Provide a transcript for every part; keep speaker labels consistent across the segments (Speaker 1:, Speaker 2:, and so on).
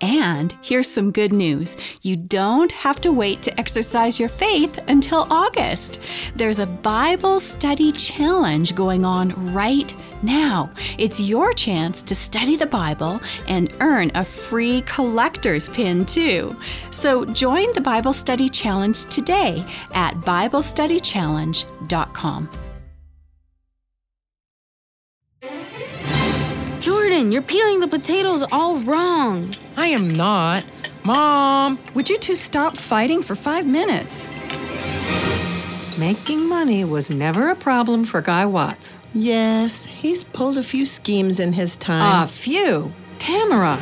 Speaker 1: And here's some good news you don't have to wait to exercise your faith until August. There's a Bible study challenge going on right now. It's your chance to study the Bible and earn a free collector's pin, too. So join the Bible Study Challenge today at BibleStudyChallenge.com.
Speaker 2: Jordan, you're peeling the potatoes all wrong.
Speaker 3: I am not. Mom!
Speaker 4: Would you two stop fighting for five minutes?
Speaker 5: Making money was never a problem for Guy Watts.
Speaker 3: Yes, he's pulled a few schemes in his time.
Speaker 5: A few. Tamara.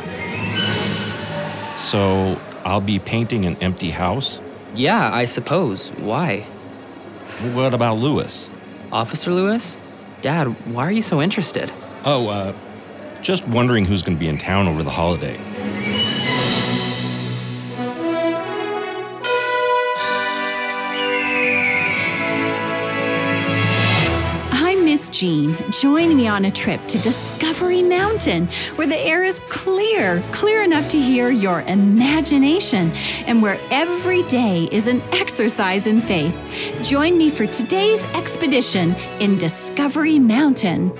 Speaker 6: So I'll be painting an empty house?
Speaker 7: Yeah, I suppose. Why?
Speaker 6: What about Lewis?
Speaker 7: Officer Lewis? Dad, why are you so interested?
Speaker 6: Oh, uh, just wondering who's going to be in town over the holiday.
Speaker 1: I'm Miss Jean. Join me on a trip to Discovery Mountain, where the air is clear, clear enough to hear your imagination, and where every day is an exercise in faith. Join me for today's expedition in Discovery Mountain.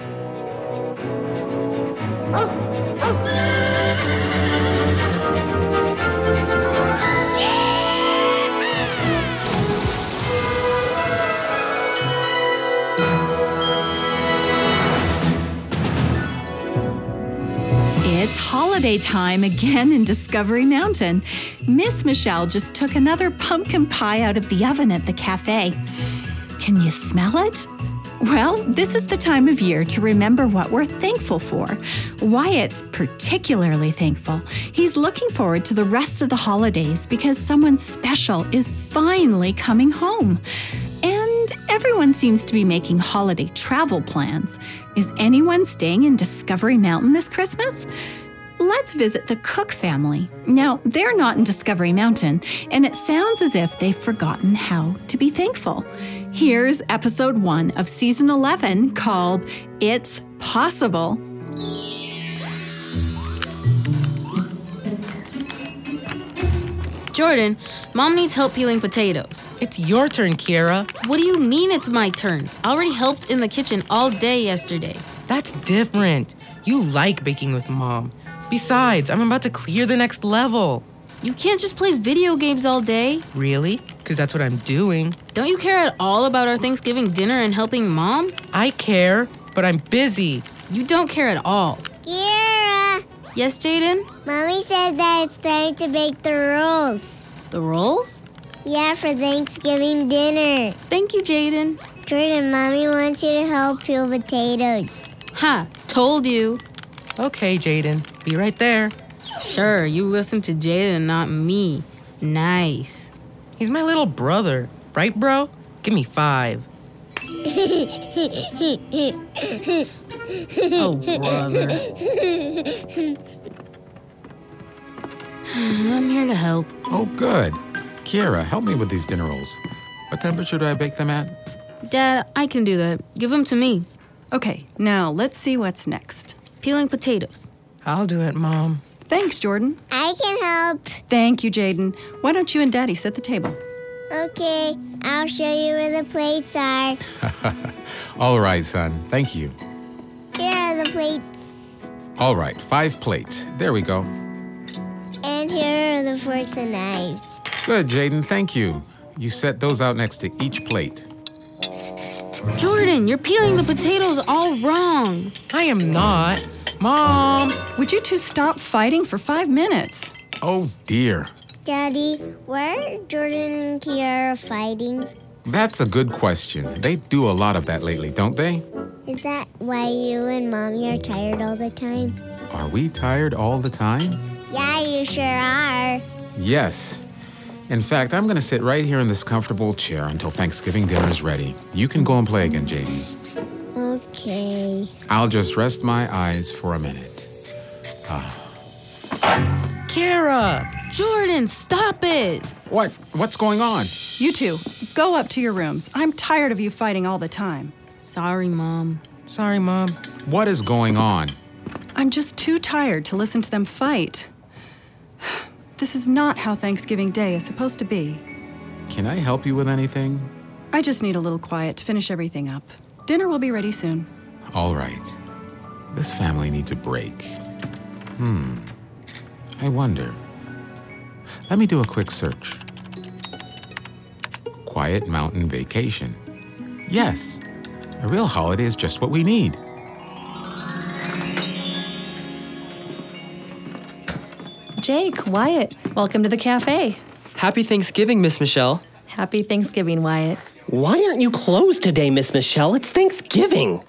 Speaker 1: It's holiday time again in Discovery Mountain. Miss Michelle just took another pumpkin pie out of the oven at the cafe. Can you smell it? Well, this is the time of year to remember what we're thankful for. Wyatt's particularly thankful. He's looking forward to the rest of the holidays because someone special is finally coming home. And everyone seems to be making holiday travel plans. Is anyone staying in Discovery Mountain this Christmas? Let's visit the Cook family. Now, they're not in Discovery Mountain, and it sounds as if they've forgotten how to be thankful. Here's episode one of season 11 called It's Possible.
Speaker 2: Jordan, mom needs help peeling potatoes.
Speaker 3: It's your turn, Kira.
Speaker 2: What do you mean it's my turn? I already helped in the kitchen all day yesterday.
Speaker 3: That's different. You like baking with mom. Besides, I'm about to clear the next level.
Speaker 2: You can't just play video games all day.
Speaker 3: Really? Because that's what I'm doing.
Speaker 2: Don't you care at all about our Thanksgiving dinner and helping mom?
Speaker 3: I care, but I'm busy.
Speaker 2: You don't care at all.
Speaker 8: Kira,
Speaker 2: Yes, Jaden?
Speaker 8: mommy says that it's time to make the rolls.
Speaker 2: The rolls?
Speaker 8: Yeah, for Thanksgiving dinner.
Speaker 2: Thank you, Jaden.
Speaker 8: Jordan, mommy wants you to help peel potatoes.
Speaker 2: Ha, told you.
Speaker 3: Okay, Jaden, be right there.
Speaker 2: Sure, you listen to Jaden, not me. Nice.
Speaker 3: He's my little brother, right, bro? Give me five.
Speaker 2: Oh, brother. I'm here to help.
Speaker 9: Oh, good. Kira, help me with these dinner rolls. What temperature do I bake them at?
Speaker 2: Dad, I can do that. Give them to me.
Speaker 4: Okay, now let's see what's next.
Speaker 2: Peeling potatoes.
Speaker 3: I'll do it, mom.
Speaker 4: Thanks, Jordan.
Speaker 8: I can help.
Speaker 4: Thank you, Jaden. Why don't you and Daddy set the table?
Speaker 8: Okay, I'll show you where the plates are.
Speaker 9: All right, son. Thank you.
Speaker 8: Here are the plates,
Speaker 9: All right, five plates. There we go.
Speaker 8: and here are the forks and knives.
Speaker 9: Good, Jaden. Thank you. You set those out next to each plate.
Speaker 2: Jordan, you're peeling the potatoes all wrong.
Speaker 3: I am not. Mom!
Speaker 4: Would you two stop fighting for five minutes?
Speaker 9: Oh, dear.
Speaker 8: Daddy, why are Jordan and Kiara fighting?
Speaker 9: That's a good question. They do a lot of that lately, don't they?
Speaker 8: Is that why you and mommy are tired all the time?
Speaker 9: Are we tired all the time?
Speaker 8: Yeah, you sure are.
Speaker 9: Yes. In fact, I'm going to sit right here in this comfortable chair until Thanksgiving dinner is ready. You can go and play again, Jaden.
Speaker 8: Okay.
Speaker 9: I'll just rest my eyes for a minute. Ah.
Speaker 2: Kara!
Speaker 10: Jordan, stop it.
Speaker 9: What? What's going on?
Speaker 4: You two, go up to your rooms. I'm tired of you fighting all the time.
Speaker 10: Sorry, Mom.
Speaker 2: Sorry, Mom.
Speaker 9: What is going on?
Speaker 4: I'm just too tired to listen to them fight. This is not how Thanksgiving Day is supposed to be.
Speaker 9: Can I help you with anything?
Speaker 4: I just need a little quiet to finish everything up. Dinner will be ready soon.
Speaker 9: All right. This family needs a break. Hmm. I wonder. Let me do a quick search. Quiet mountain vacation. Yes, a real holiday is just what we need.
Speaker 11: Jake, Wyatt, welcome to the cafe.
Speaker 7: Happy Thanksgiving, Miss Michelle.
Speaker 11: Happy Thanksgiving, Wyatt.
Speaker 12: Why aren't you closed today, Miss Michelle? It's Thanksgiving.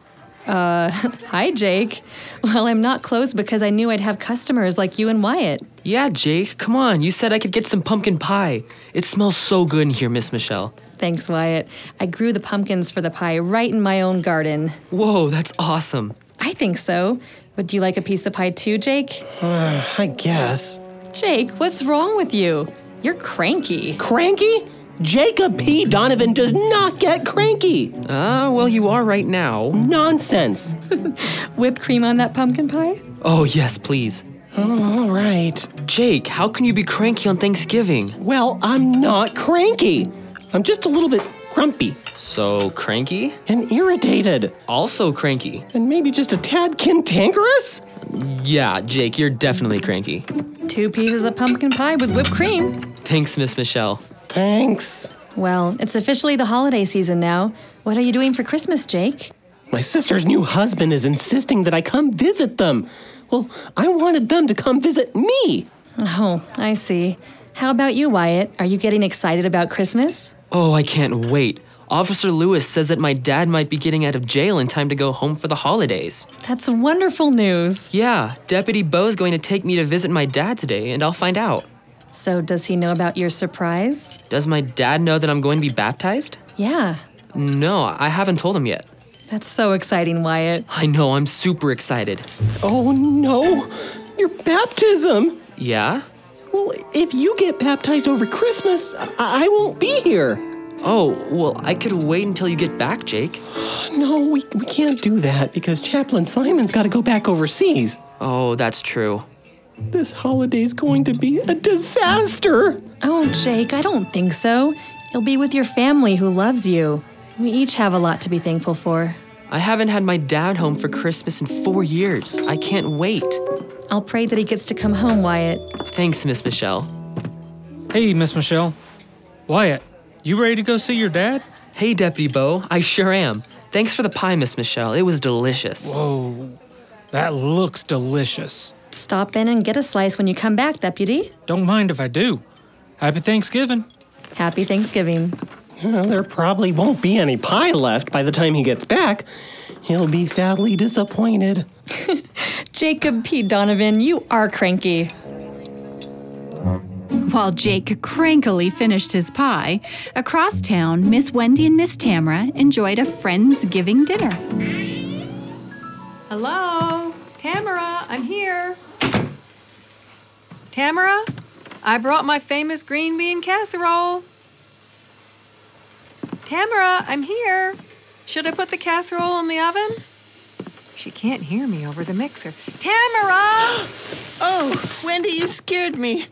Speaker 11: Uh, Hi, Jake. Well, I'm not closed because I knew I'd have customers like you and Wyatt.
Speaker 7: Yeah, Jake, come on. You said I could get some pumpkin pie. It smells so good in here, Miss Michelle.
Speaker 11: Thanks, Wyatt. I grew the pumpkins for the pie right in my own garden.
Speaker 7: Whoa, that's awesome.
Speaker 11: I think so. Would you like a piece of pie too, Jake?
Speaker 12: I guess.
Speaker 11: Jake, what's wrong with you? You're cranky.
Speaker 12: Cranky? Jacob P. Donovan does not get cranky.
Speaker 7: Ah, well, you are right now.
Speaker 12: Nonsense.
Speaker 11: Whipped cream on that pumpkin pie?
Speaker 7: Oh, yes, please.
Speaker 12: Oh, All right.
Speaker 7: Jake, how can you be cranky on Thanksgiving?
Speaker 12: Well, I'm not cranky. I'm just a little bit grumpy
Speaker 7: So cranky?
Speaker 12: and irritated
Speaker 7: Also cranky.
Speaker 12: and maybe just a tad cantankerous.
Speaker 7: Yeah, Jake, you're definitely cranky.
Speaker 11: Two pieces of pumpkin pie with whipped cream.
Speaker 7: Thanks, Miss Michelle.
Speaker 12: Thanks.
Speaker 11: Well, it's officially the holiday season now. What are you doing for Christmas, Jake?
Speaker 12: My sister's new husband is insisting that I come visit them. Well, I wanted them to come visit me.
Speaker 11: Oh, I see. How about you, Wyatt? Are you getting excited about Christmas?
Speaker 7: Oh, I can't wait. Officer Lewis says that my dad might be getting out of jail in time to go home for the holidays.
Speaker 11: That's wonderful news.
Speaker 7: Yeah, Deputy Bo's going to take me to visit my dad today, and I'll find out.
Speaker 11: So, does he know about your surprise?
Speaker 7: Does my dad know that I'm going to be baptized?
Speaker 11: Yeah.
Speaker 7: No, I haven't told him yet.
Speaker 11: That's so exciting, Wyatt.
Speaker 7: I know, I'm super excited.
Speaker 12: Oh no, your baptism.
Speaker 7: Yeah?
Speaker 12: Well, if you get baptized over Christmas, I, I won't be here.
Speaker 7: Oh, well, I could wait until you get back, Jake.
Speaker 12: No, we, we can't do that because Chaplain Simon's got to go back overseas.
Speaker 7: Oh, that's true.
Speaker 12: This holiday's going to be a disaster.
Speaker 11: Oh, Jake, I don't think so. You'll be with your family who loves you. We each have a lot to be thankful for.
Speaker 7: I haven't had my dad home for Christmas in four years. I can't wait.
Speaker 11: I'll pray that he gets to come home, Wyatt.
Speaker 7: Thanks, Miss Michelle.
Speaker 13: Hey, Miss Michelle. Wyatt, you ready to go see your dad?
Speaker 7: Hey, Deputy Bo, I sure am. Thanks for the pie, Miss Michelle. It was delicious.
Speaker 13: Oh, that looks delicious.
Speaker 11: Stop in and get a slice when you come back, Deputy.
Speaker 13: Don't mind if I do. Happy Thanksgiving.
Speaker 11: Happy Thanksgiving.
Speaker 12: Well, there probably won't be any pie left by the time he gets back. He'll be sadly disappointed.
Speaker 11: Jacob P. Donovan, you are cranky.
Speaker 1: While Jake crankily finished his pie, across town, Miss Wendy and Miss Tamara enjoyed a Friendsgiving dinner.
Speaker 14: Hello? Tamara, I'm here. Tamara, I brought my famous green bean casserole. Tamara, I'm here. Should I put the casserole in the oven? She can't hear me over the mixer. Tamara!
Speaker 2: Oh, Wendy, you scared me.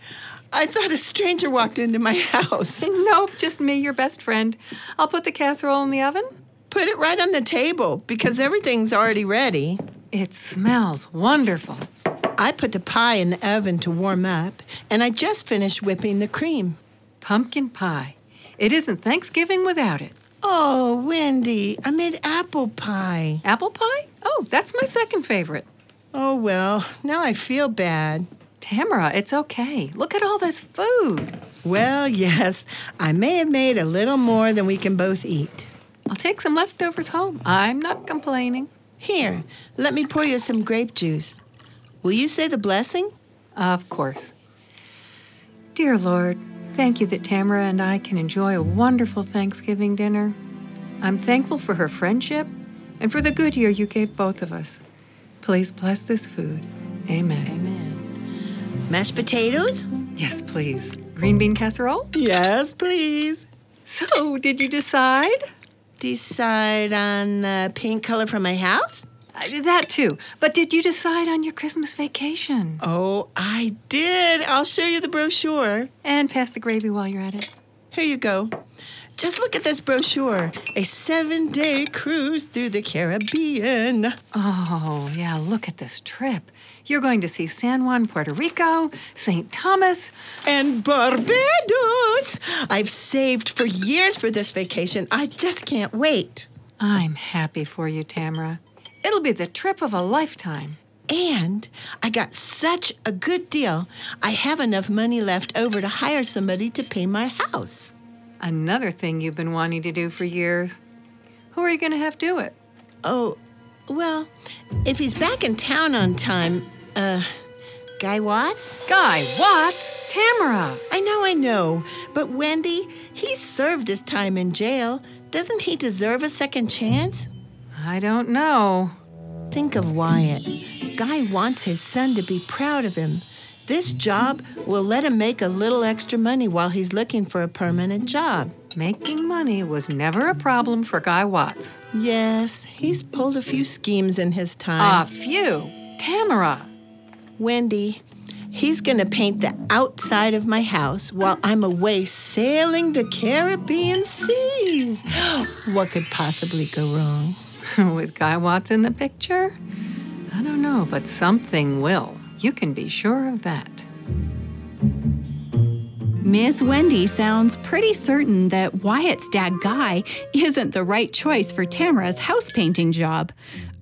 Speaker 2: I thought a stranger walked into my house.
Speaker 14: nope, just me, your best friend. I'll put the casserole in the oven.
Speaker 2: Put it right on the table because everything's already ready.
Speaker 14: It smells wonderful.
Speaker 2: I put the pie in the oven to warm up, and I just finished whipping the cream.
Speaker 14: Pumpkin pie. It isn't Thanksgiving without it.
Speaker 2: Oh, Wendy, I made apple pie.
Speaker 14: Apple pie? Oh, that's my second favorite.
Speaker 2: Oh, well, now I feel bad.
Speaker 14: Tamara, it's okay. Look at all this food.
Speaker 2: Well, yes, I may have made a little more than we can both eat.
Speaker 14: I'll take some leftovers home. I'm not complaining.
Speaker 2: Here, let me pour you some grape juice. Will you say the blessing?
Speaker 14: Of course. Dear Lord, thank you that Tamara and I can enjoy a wonderful Thanksgiving dinner. I'm thankful for her friendship,
Speaker 5: and for the good year you gave both of us. Please bless this food. Amen. Amen. Mashed potatoes? Yes, please. Green bean casserole? Yes, please. So, did you decide?
Speaker 14: Decide on the paint color for my house?
Speaker 5: Uh, that too. But did you decide on your Christmas vacation?
Speaker 14: Oh, I did. I'll show you the brochure.
Speaker 5: And pass the gravy while you're at it.
Speaker 14: Here you go. Just look at this brochure a seven day cruise through the Caribbean.
Speaker 5: Oh, yeah, look at this trip. You're going to see San Juan, Puerto Rico, St. Thomas,
Speaker 14: and Barbados. I've saved for years for this vacation. I just can't wait.
Speaker 5: I'm happy for you, Tamara. It'll be the trip of a lifetime.
Speaker 14: And I got such a good deal. I have enough money left over to hire somebody to pay my house.
Speaker 5: Another thing you've been wanting to do for years. Who are you going to have do it?
Speaker 14: Oh, well, if he's back in town on time, uh, Guy Watts?
Speaker 5: Guy Watts? Tamara!
Speaker 14: I know, I know. But Wendy, he served his time in jail. Doesn't he deserve a second chance?
Speaker 5: I don't know.
Speaker 14: Think of Wyatt. Guy wants his son to be proud of him. This job will let him make a little extra money while he's looking for a permanent job.
Speaker 5: Making money was never a problem for Guy Watts.
Speaker 14: Yes, he's pulled a few schemes in his time.
Speaker 5: A few? Tamara!
Speaker 14: Wendy, he's gonna paint the outside of my house while I'm away sailing the Caribbean seas. what could possibly go wrong?
Speaker 5: with Guy Watts in the picture? I don't know, but something will. You can be sure of that.
Speaker 1: Miss Wendy sounds pretty certain that Wyatt's dad Guy isn't the right choice for Tamara's house painting job.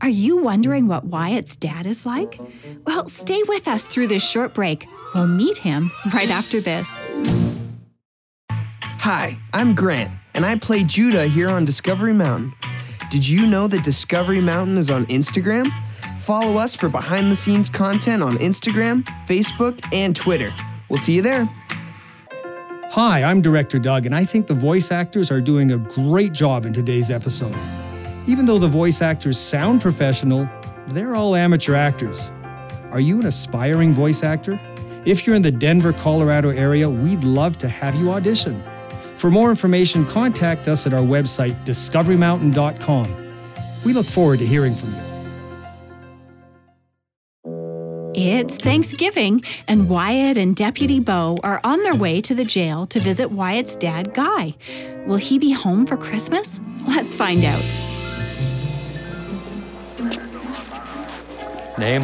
Speaker 1: Are you wondering what Wyatt's dad is like? Well, stay with us through this short break. We'll meet him right after this.
Speaker 15: Hi, I'm Grant, and I play Judah here on Discovery Mountain. Did you know that Discovery Mountain is on Instagram? Follow us for behind the scenes content on Instagram, Facebook, and Twitter. We'll see you there.
Speaker 16: Hi, I'm Director Doug, and I think the voice actors are doing a great job in today's episode. Even though the voice actors sound professional, they're all amateur actors. Are you an aspiring voice actor? If you're in the Denver, Colorado area, we'd love to have you audition. For more information, contact us at our website, discoverymountain.com. We look forward to hearing from you.
Speaker 1: It's Thanksgiving, and Wyatt and Deputy Bo are on their way to the jail to visit Wyatt's dad, Guy. Will he be home for Christmas? Let's find out.
Speaker 13: Name?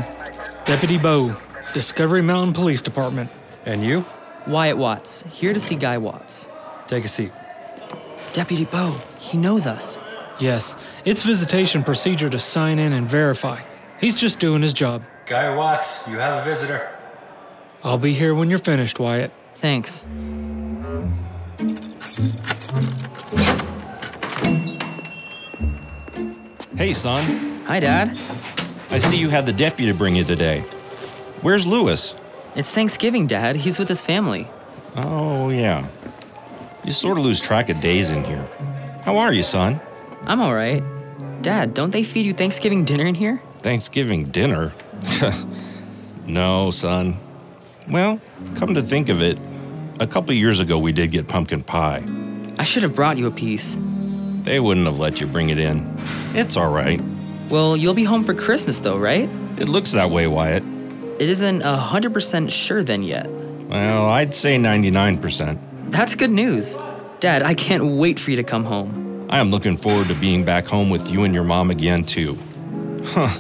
Speaker 13: Deputy Bo, Discovery Mountain Police Department.
Speaker 7: And you? Wyatt Watts, here to see Guy Watts.
Speaker 13: Take a seat.
Speaker 7: Deputy Bo, he knows us.
Speaker 13: Yes, it's visitation procedure to sign in and verify. He's just doing his job.
Speaker 17: Guy Watts, you have a visitor.
Speaker 13: I'll be here when you're finished, Wyatt.
Speaker 7: Thanks.
Speaker 6: Hey, son.
Speaker 7: Hi, Dad.
Speaker 6: I see you had the deputy bring you today. Where's Lewis?
Speaker 7: It's Thanksgiving, Dad. He's with his family.
Speaker 6: Oh, yeah. You sort of lose track of days in here. How are you, son?
Speaker 7: I'm all right. Dad, don't they feed you Thanksgiving dinner in here?
Speaker 6: Thanksgiving dinner? no, son. Well, come to think of it, a couple years ago we did get pumpkin pie.
Speaker 7: I should have brought you a piece.
Speaker 6: They wouldn't have let you bring it in. It's all right.
Speaker 7: Well, you'll be home for Christmas, though, right?
Speaker 6: It looks that way, Wyatt.
Speaker 7: It isn't 100% sure then yet.
Speaker 6: Well, I'd say 99%.
Speaker 7: That's good news. Dad, I can't wait for you to come home.
Speaker 6: I am looking forward to being back home with you and your mom again, too. Huh,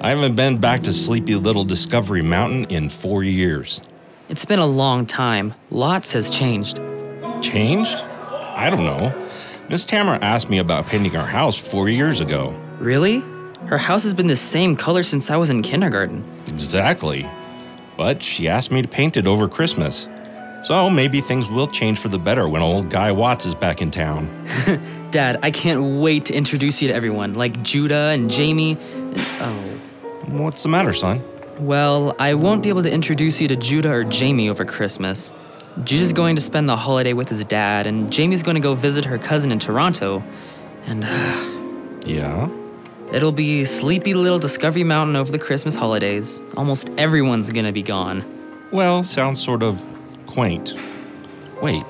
Speaker 6: I haven't been back to sleepy little Discovery Mountain in four years.
Speaker 7: It's been a long time. Lots has changed.
Speaker 6: Changed? I don't know. Miss Tamara asked me about painting our house four years ago.
Speaker 7: Really? Her house has been the same color since I was in kindergarten.
Speaker 6: Exactly. But she asked me to paint it over Christmas. So maybe things will change for the better when old Guy Watts is back in town.
Speaker 7: Dad, I can't wait to introduce you to everyone, like Judah and Jamie. And, oh.
Speaker 6: What's the matter, son?
Speaker 7: Well, I won't be able to introduce you to Judah or Jamie over Christmas. Judah's going to spend the holiday with his dad, and Jamie's going to go visit her cousin in Toronto. And.
Speaker 6: yeah?
Speaker 7: uh, It'll be sleepy little Discovery Mountain over the Christmas holidays. Almost everyone's gonna be gone.
Speaker 6: Well, sounds sort of quaint. Wait,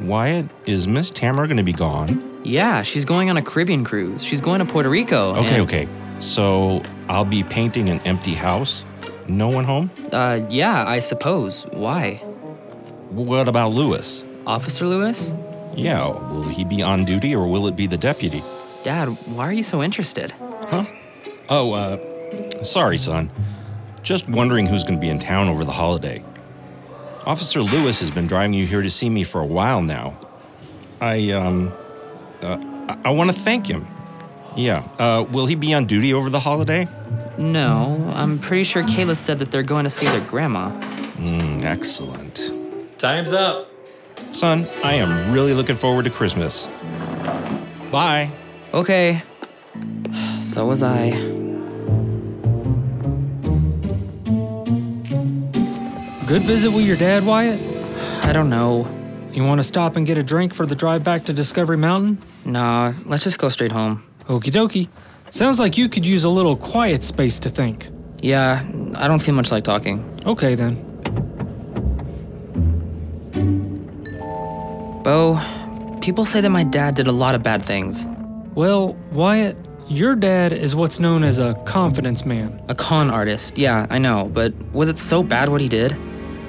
Speaker 6: Wyatt, is Miss Tamara going to be gone?
Speaker 7: Yeah, she's going on a Caribbean cruise. She's going to Puerto Rico.
Speaker 6: Okay,
Speaker 7: and-
Speaker 6: okay. So I'll be painting an empty house? No one home?
Speaker 7: Uh, yeah, I suppose. Why?
Speaker 6: What about Lewis?
Speaker 7: Officer Lewis?
Speaker 6: Yeah, will he be on duty or will it be the deputy?
Speaker 7: Dad, why are you so interested?
Speaker 6: Huh? Oh, uh, sorry, son. Just wondering who's going to be in town over the holiday. Officer Lewis has been driving you here to see me for a while now. I, um, uh, I, I want to thank him. Yeah, uh, will he be on duty over the holiday?
Speaker 7: No, I'm pretty sure Kayla said that they're going to see their grandma.
Speaker 6: Mm, excellent.
Speaker 17: Time's up.
Speaker 6: Son, I am really looking forward to Christmas. Bye.
Speaker 7: Okay. So was I.
Speaker 13: Good visit with your dad, Wyatt?
Speaker 7: I don't know.
Speaker 13: You want to stop and get a drink for the drive back to Discovery Mountain?
Speaker 7: Nah, let's just go straight home.
Speaker 13: Okie dokie. Sounds like you could use a little quiet space to think.
Speaker 7: Yeah, I don't feel much like talking.
Speaker 13: Okay then.
Speaker 7: Bo, people say that my dad did a lot of bad things.
Speaker 13: Well, Wyatt, your dad is what's known as a confidence man.
Speaker 7: A con artist, yeah, I know, but was it so bad what he did?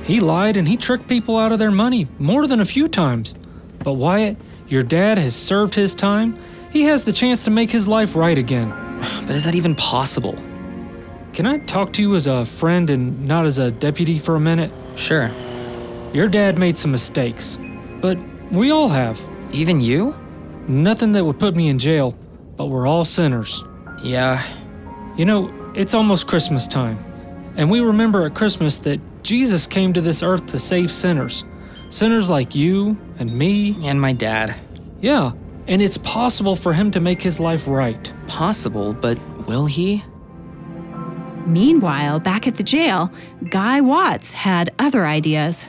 Speaker 13: He lied and he tricked people out of their money more than a few times. But Wyatt, your dad has served his time. He has the chance to make his life right again.
Speaker 7: But is that even possible?
Speaker 13: Can I talk to you as a friend and not as a deputy for a minute?
Speaker 7: Sure.
Speaker 13: Your dad made some mistakes, but we all have.
Speaker 7: Even you?
Speaker 13: Nothing that would put me in jail, but we're all sinners.
Speaker 7: Yeah.
Speaker 13: You know, it's almost Christmas time, and we remember at Christmas that Jesus came to this earth to save sinners. Sinners like you and me.
Speaker 7: And my dad.
Speaker 13: Yeah, and it's possible for him to make his life right.
Speaker 7: Possible, but will he?
Speaker 1: Meanwhile, back at the jail, Guy Watts had other ideas.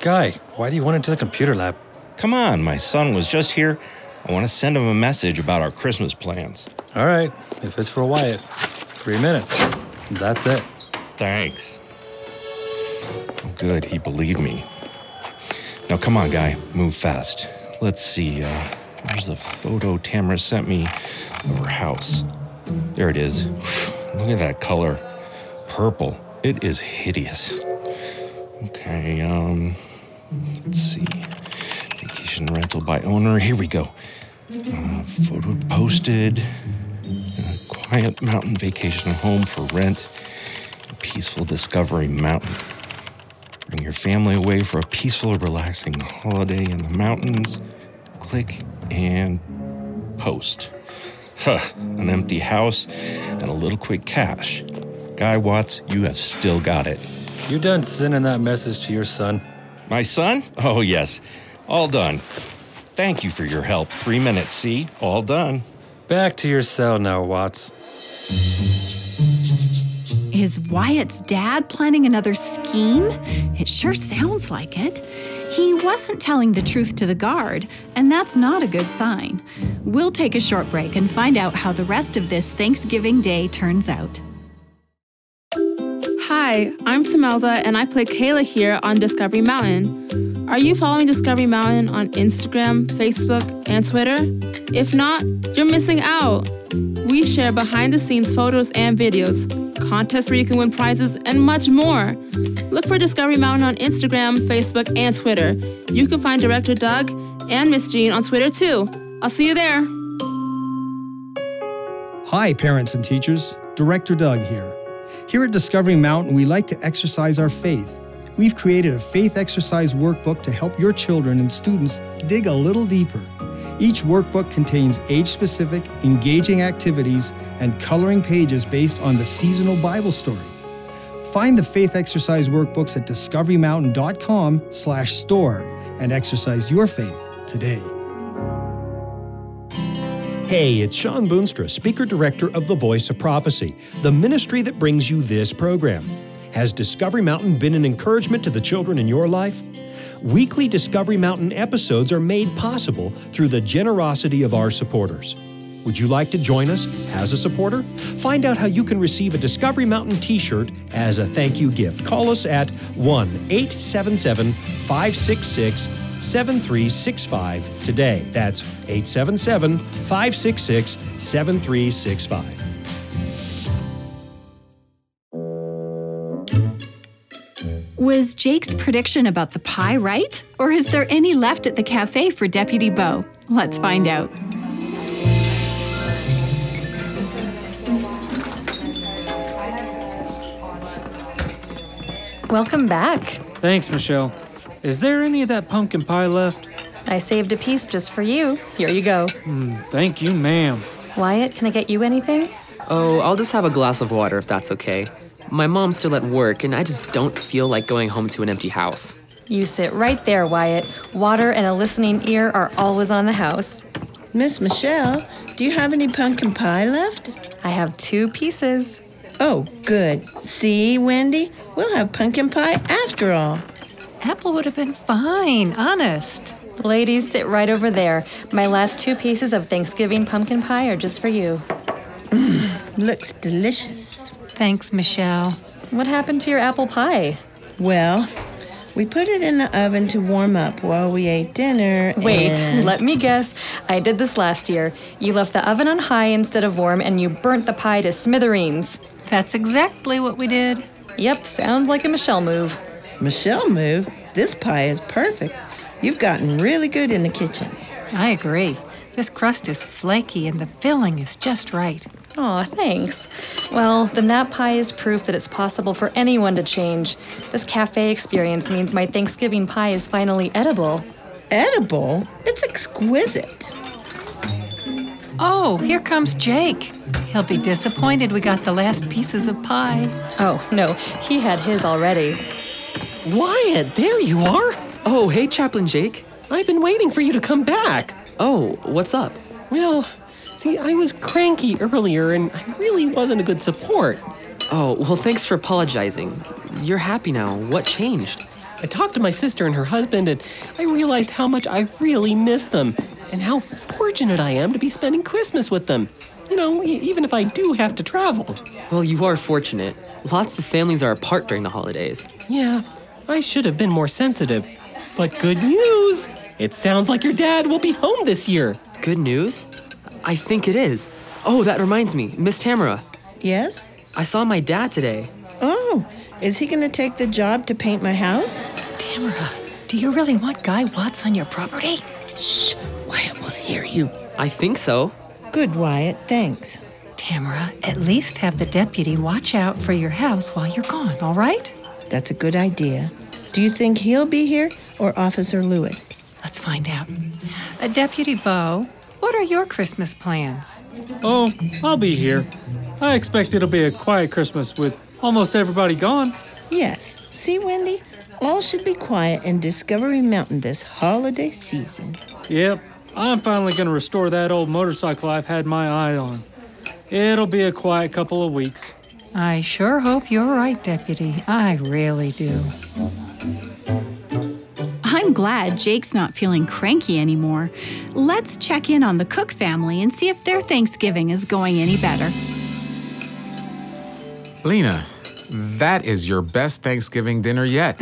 Speaker 6: Guy, why do you want into the computer lab? Come on, my son was just here. I want to send him a message about our Christmas plans.
Speaker 17: All right, if it's for Wyatt, three minutes. That's it.
Speaker 6: Thanks. Good, he believed me. Now, come on, guy, move fast. Let's see, uh, where's the photo Tamara sent me of her house? There it is. Look at that color purple. It is hideous. Okay, um, let's see. Vacation rental by owner. Here we go. Uh, photo posted. Uh, quiet mountain vacation home for rent peaceful Discovery Mountain. Bring your family away for a peaceful, relaxing holiday in the mountains. Click and post. Huh, an empty house and a little quick cash. Guy Watts, you have still got it.
Speaker 17: You done sending that message to your son?
Speaker 6: My son? Oh, yes. All done. Thank you for your help. Three minutes, see? All done.
Speaker 17: Back to your cell now, Watts.
Speaker 1: Is Wyatt's dad planning another scheme? It sure sounds like it. He wasn't telling the truth to the guard, and that's not a good sign. We'll take a short break and find out how the rest of this Thanksgiving Day turns out.
Speaker 18: Hi, I'm Tamelda and I play Kayla here on Discovery Mountain. Are you following Discovery Mountain on Instagram, Facebook, and Twitter? If not, you're missing out. We share behind the scenes photos and videos, contests where you can win prizes, and much more. Look for Discovery Mountain on Instagram, Facebook, and Twitter. You can find director Doug and Miss Jean on Twitter too. I'll see you there.
Speaker 16: Hi, parents and teachers. Director Doug here. Here at Discovery Mountain, we like to exercise our faith. We've created a faith exercise workbook to help your children and students dig a little deeper. Each workbook contains age specific, engaging activities and coloring pages based on the seasonal Bible story. Find the faith exercise workbooks at discoverymountain.com/store and exercise your faith today.
Speaker 19: Hey, it's Sean Boonstra, speaker director of The Voice of Prophecy, the ministry that brings you this program. Has Discovery Mountain been an encouragement to the children in your life? Weekly Discovery Mountain episodes are made possible through the generosity of our supporters. Would you like to join us as a supporter? Find out how you can receive a Discovery Mountain t shirt as a thank you gift. Call us at 1 877 566 7365 today. That's 877 566 7365.
Speaker 1: Was Jake's prediction about the pie right? Or is there any left at the cafe for Deputy Bo? Let's find out.
Speaker 11: Welcome back.
Speaker 13: Thanks, Michelle. Is there any of that pumpkin pie left?
Speaker 11: I saved a piece just for you. Here you go.
Speaker 13: Hmm, thank you, ma'am.
Speaker 11: Wyatt, can I get you anything?
Speaker 7: Oh, I'll just have a glass of water if that's okay. My mom's still at work, and I just don't feel like going home to an empty house.
Speaker 11: You sit right there, Wyatt. Water and a listening ear are always on the house.
Speaker 14: Miss Michelle, do you have any pumpkin pie left?
Speaker 11: I have two pieces.
Speaker 14: Oh, good. See, Wendy, we'll have pumpkin pie after all.
Speaker 11: Apple would have been fine, honest. Ladies, sit right over there. My last two pieces of Thanksgiving pumpkin pie are just for you.
Speaker 14: Mm, Looks delicious.
Speaker 11: Thanks, Michelle. What happened to your apple pie?
Speaker 14: Well, we put it in the oven to warm up while we ate dinner.
Speaker 11: Wait,
Speaker 14: and-
Speaker 11: let me guess. I did this last year. You left the oven on high instead of warm and you burnt the pie to smithereens. That's exactly what we did. Yep, sounds like a Michelle move.
Speaker 14: Michelle move. This pie is perfect. You've gotten really good in the kitchen.
Speaker 20: I agree. This crust is flaky and the filling is just right.
Speaker 11: Aw, thanks. Well, then that pie is proof that it's possible for anyone to change. This cafe experience means my Thanksgiving pie is finally edible.
Speaker 14: Edible? It's exquisite.
Speaker 20: Oh, here comes Jake. He'll be disappointed we got the last pieces of pie.
Speaker 11: Oh, no, he had his already.
Speaker 7: Wyatt, there you are. Oh, hey, Chaplain Jake.
Speaker 12: I've been waiting for you to come back.
Speaker 7: Oh, what's up?
Speaker 12: Well, see, I was cranky earlier and I really wasn't a good support.
Speaker 7: Oh, well, thanks for apologizing. You're happy now. What changed?
Speaker 12: I talked to my sister and her husband, and I realized how much I really miss them and how fortunate I am to be spending Christmas with them. You know, e- even if I do have to travel.
Speaker 7: Well, you are fortunate. Lots of families are apart during the holidays.
Speaker 12: Yeah, I should have been more sensitive. But good news! It sounds like your dad will be home this year.
Speaker 7: Good news? I think it is. Oh, that reminds me, Miss Tamara.
Speaker 14: Yes?
Speaker 7: I saw my dad today.
Speaker 14: Oh, is he going to take the job to paint my house?
Speaker 20: Tamara, do you really want Guy Watts on your property? Shh, Wyatt will hear you.
Speaker 7: I think so.
Speaker 14: Good, Wyatt, thanks.
Speaker 20: Tamara, at least have the deputy watch out for your house while you're gone, all right?
Speaker 14: That's a good idea. Do you think he'll be here or Officer Lewis?
Speaker 20: Let's find out. Uh, Deputy Bo, what are your Christmas plans?
Speaker 13: Oh, I'll be here. I expect it'll be a quiet Christmas with almost everybody gone.
Speaker 14: Yes. See, Wendy? All should be quiet in Discovery Mountain this holiday season.
Speaker 13: Yep, I'm finally going to restore that old motorcycle I've had my eye on. It'll be a quiet couple of weeks.
Speaker 20: I sure hope you're right, Deputy. I really do.
Speaker 1: I'm glad Jake's not feeling cranky anymore. Let's check in on the Cook family and see if their Thanksgiving is going any better.
Speaker 9: Lena, that is your best Thanksgiving dinner yet.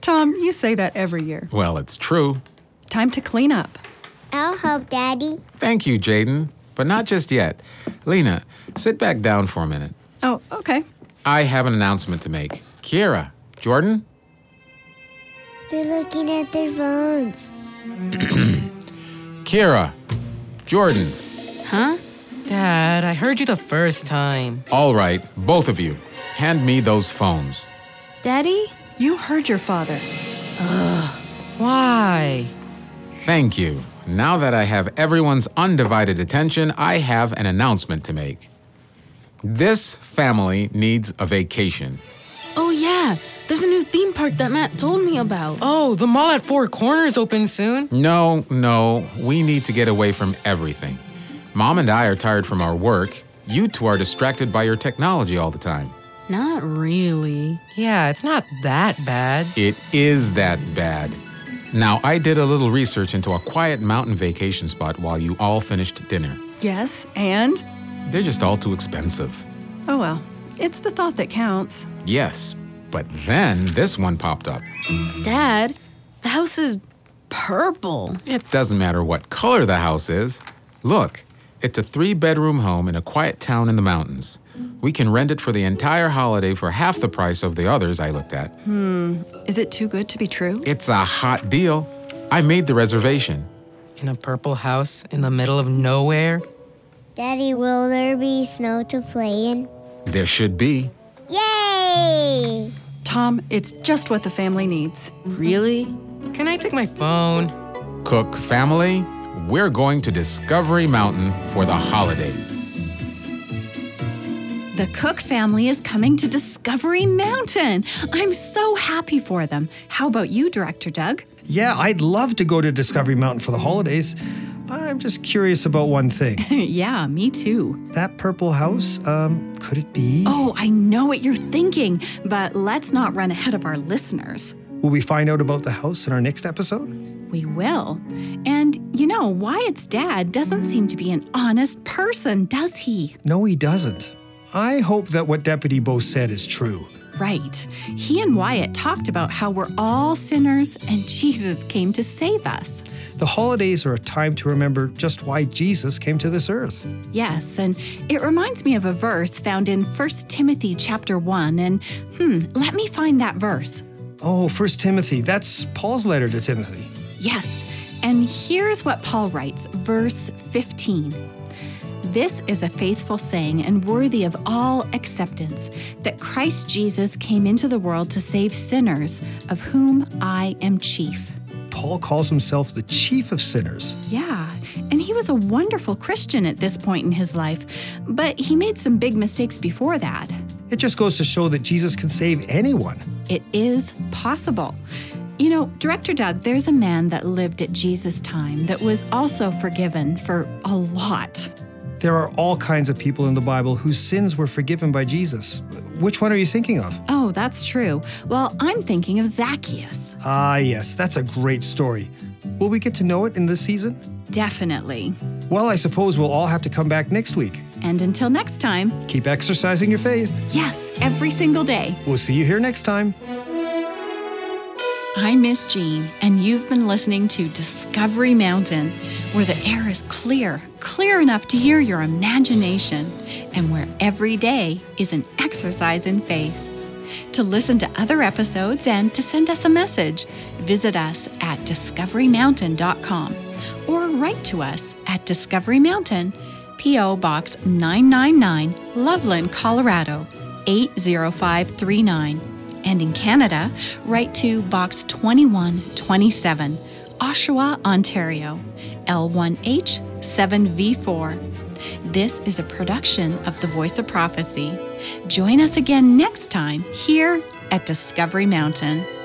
Speaker 4: Tom, you say that every year.
Speaker 9: well, it's true.
Speaker 4: Time to clean up.
Speaker 8: I'll help, Daddy.
Speaker 9: Thank you, Jaden, but not just yet. Lena, sit back down for a minute.
Speaker 4: Oh, okay.
Speaker 9: I have an announcement to make. Kiera, Jordan,
Speaker 8: They're looking at their phones.
Speaker 9: Kiera, Jordan.
Speaker 2: Huh?
Speaker 3: Dad, I heard you the first time.
Speaker 9: All right, both of you, hand me those phones.
Speaker 2: Daddy?
Speaker 4: You heard your father.
Speaker 3: Why?
Speaker 9: Thank you. Now that I have everyone's undivided attention, I have an announcement to make. This family needs a vacation.
Speaker 2: Oh, yeah. There's a new theme park that Matt told me about.
Speaker 3: Oh, the mall at Four Corners opens soon.
Speaker 9: No, no, we need to get away from everything. Mom and I are tired from our work. You two are distracted by your technology all the time.
Speaker 2: Not really.
Speaker 3: Yeah, it's not that bad.
Speaker 9: It is that bad. Now, I did a little research into a quiet mountain vacation spot while you all finished dinner.
Speaker 4: Yes, and?
Speaker 9: They're just all too expensive.
Speaker 4: Oh well, it's the thought that counts.
Speaker 9: Yes, but then this one popped up.
Speaker 2: Dad, the house is purple.
Speaker 9: It doesn't matter what color the house is. Look, it's a three bedroom home in a quiet town in the mountains. We can rent it for the entire holiday for half the price of the others I looked at.
Speaker 4: Hmm. Is it too good to be true?
Speaker 9: It's a hot deal. I made the reservation.
Speaker 3: In a purple house in the middle of nowhere?
Speaker 8: Daddy, will there be snow to play in?
Speaker 9: There should be.
Speaker 8: Yay!
Speaker 4: Tom, it's just what the family needs.
Speaker 2: Really?
Speaker 3: Can I take my phone?
Speaker 9: Cook family, we're going to Discovery Mountain for the holidays.
Speaker 1: The Cook family is coming to Discovery Mountain. I'm so happy for them. How about you, Director Doug?
Speaker 16: Yeah, I'd love to go to Discovery Mountain for the holidays. I'm just curious about one thing.
Speaker 1: yeah, me too.
Speaker 16: That purple house, um, could it be?
Speaker 1: Oh, I know what you're thinking, but let's not run ahead of our listeners.
Speaker 16: Will we find out about the house in our next episode?
Speaker 1: We will. And you know, Wyatt's dad doesn't seem to be an honest person, does he?
Speaker 16: No, he doesn't. I hope that what Deputy Bo said is true.
Speaker 1: Right. He and Wyatt talked about how we're all sinners and Jesus came to save us.
Speaker 16: The holidays are a time to remember just why Jesus came to this earth.
Speaker 1: Yes, and it reminds me of a verse found in 1 Timothy chapter 1 and hmm, let me find that verse.
Speaker 16: Oh, First Timothy, that's Paul's letter to Timothy.
Speaker 1: Yes. And here's what Paul writes, verse 15. This is a faithful saying and worthy of all acceptance that Christ Jesus came into the world to save sinners, of whom I am chief.
Speaker 16: Paul calls himself the chief of sinners.
Speaker 1: Yeah, and he was a wonderful Christian at this point in his life, but he made some big mistakes before that.
Speaker 16: It just goes to show that Jesus can save anyone.
Speaker 1: It is possible. You know, Director Doug, there's a man that lived at Jesus' time that was also forgiven for a lot.
Speaker 16: There are all kinds of people in the Bible whose sins were forgiven by Jesus. Which one are you thinking of?
Speaker 1: Oh, that's true. Well, I'm thinking of Zacchaeus.
Speaker 16: Ah, yes, that's a great story. Will we get to know it in this season?
Speaker 1: Definitely.
Speaker 16: Well, I suppose we'll all have to come back next week.
Speaker 1: And until next time,
Speaker 16: Keep exercising your faith.
Speaker 1: yes, every single day.
Speaker 16: We'll see you here next time.
Speaker 1: I'm Miss Jean, and you've been listening to Discovery Mountain, where the air is clear, clear enough to hear your imagination, and where every day is an exercise in faith. To listen to other episodes and to send us a message, visit us at discoverymountain.com or write to us at Discovery Mountain, P.O. Box 999, Loveland, Colorado 80539. And in Canada, write to Box 2127, Oshawa, Ontario, L1H7V4. This is a production of The Voice of Prophecy. Join us again next time here at Discovery Mountain.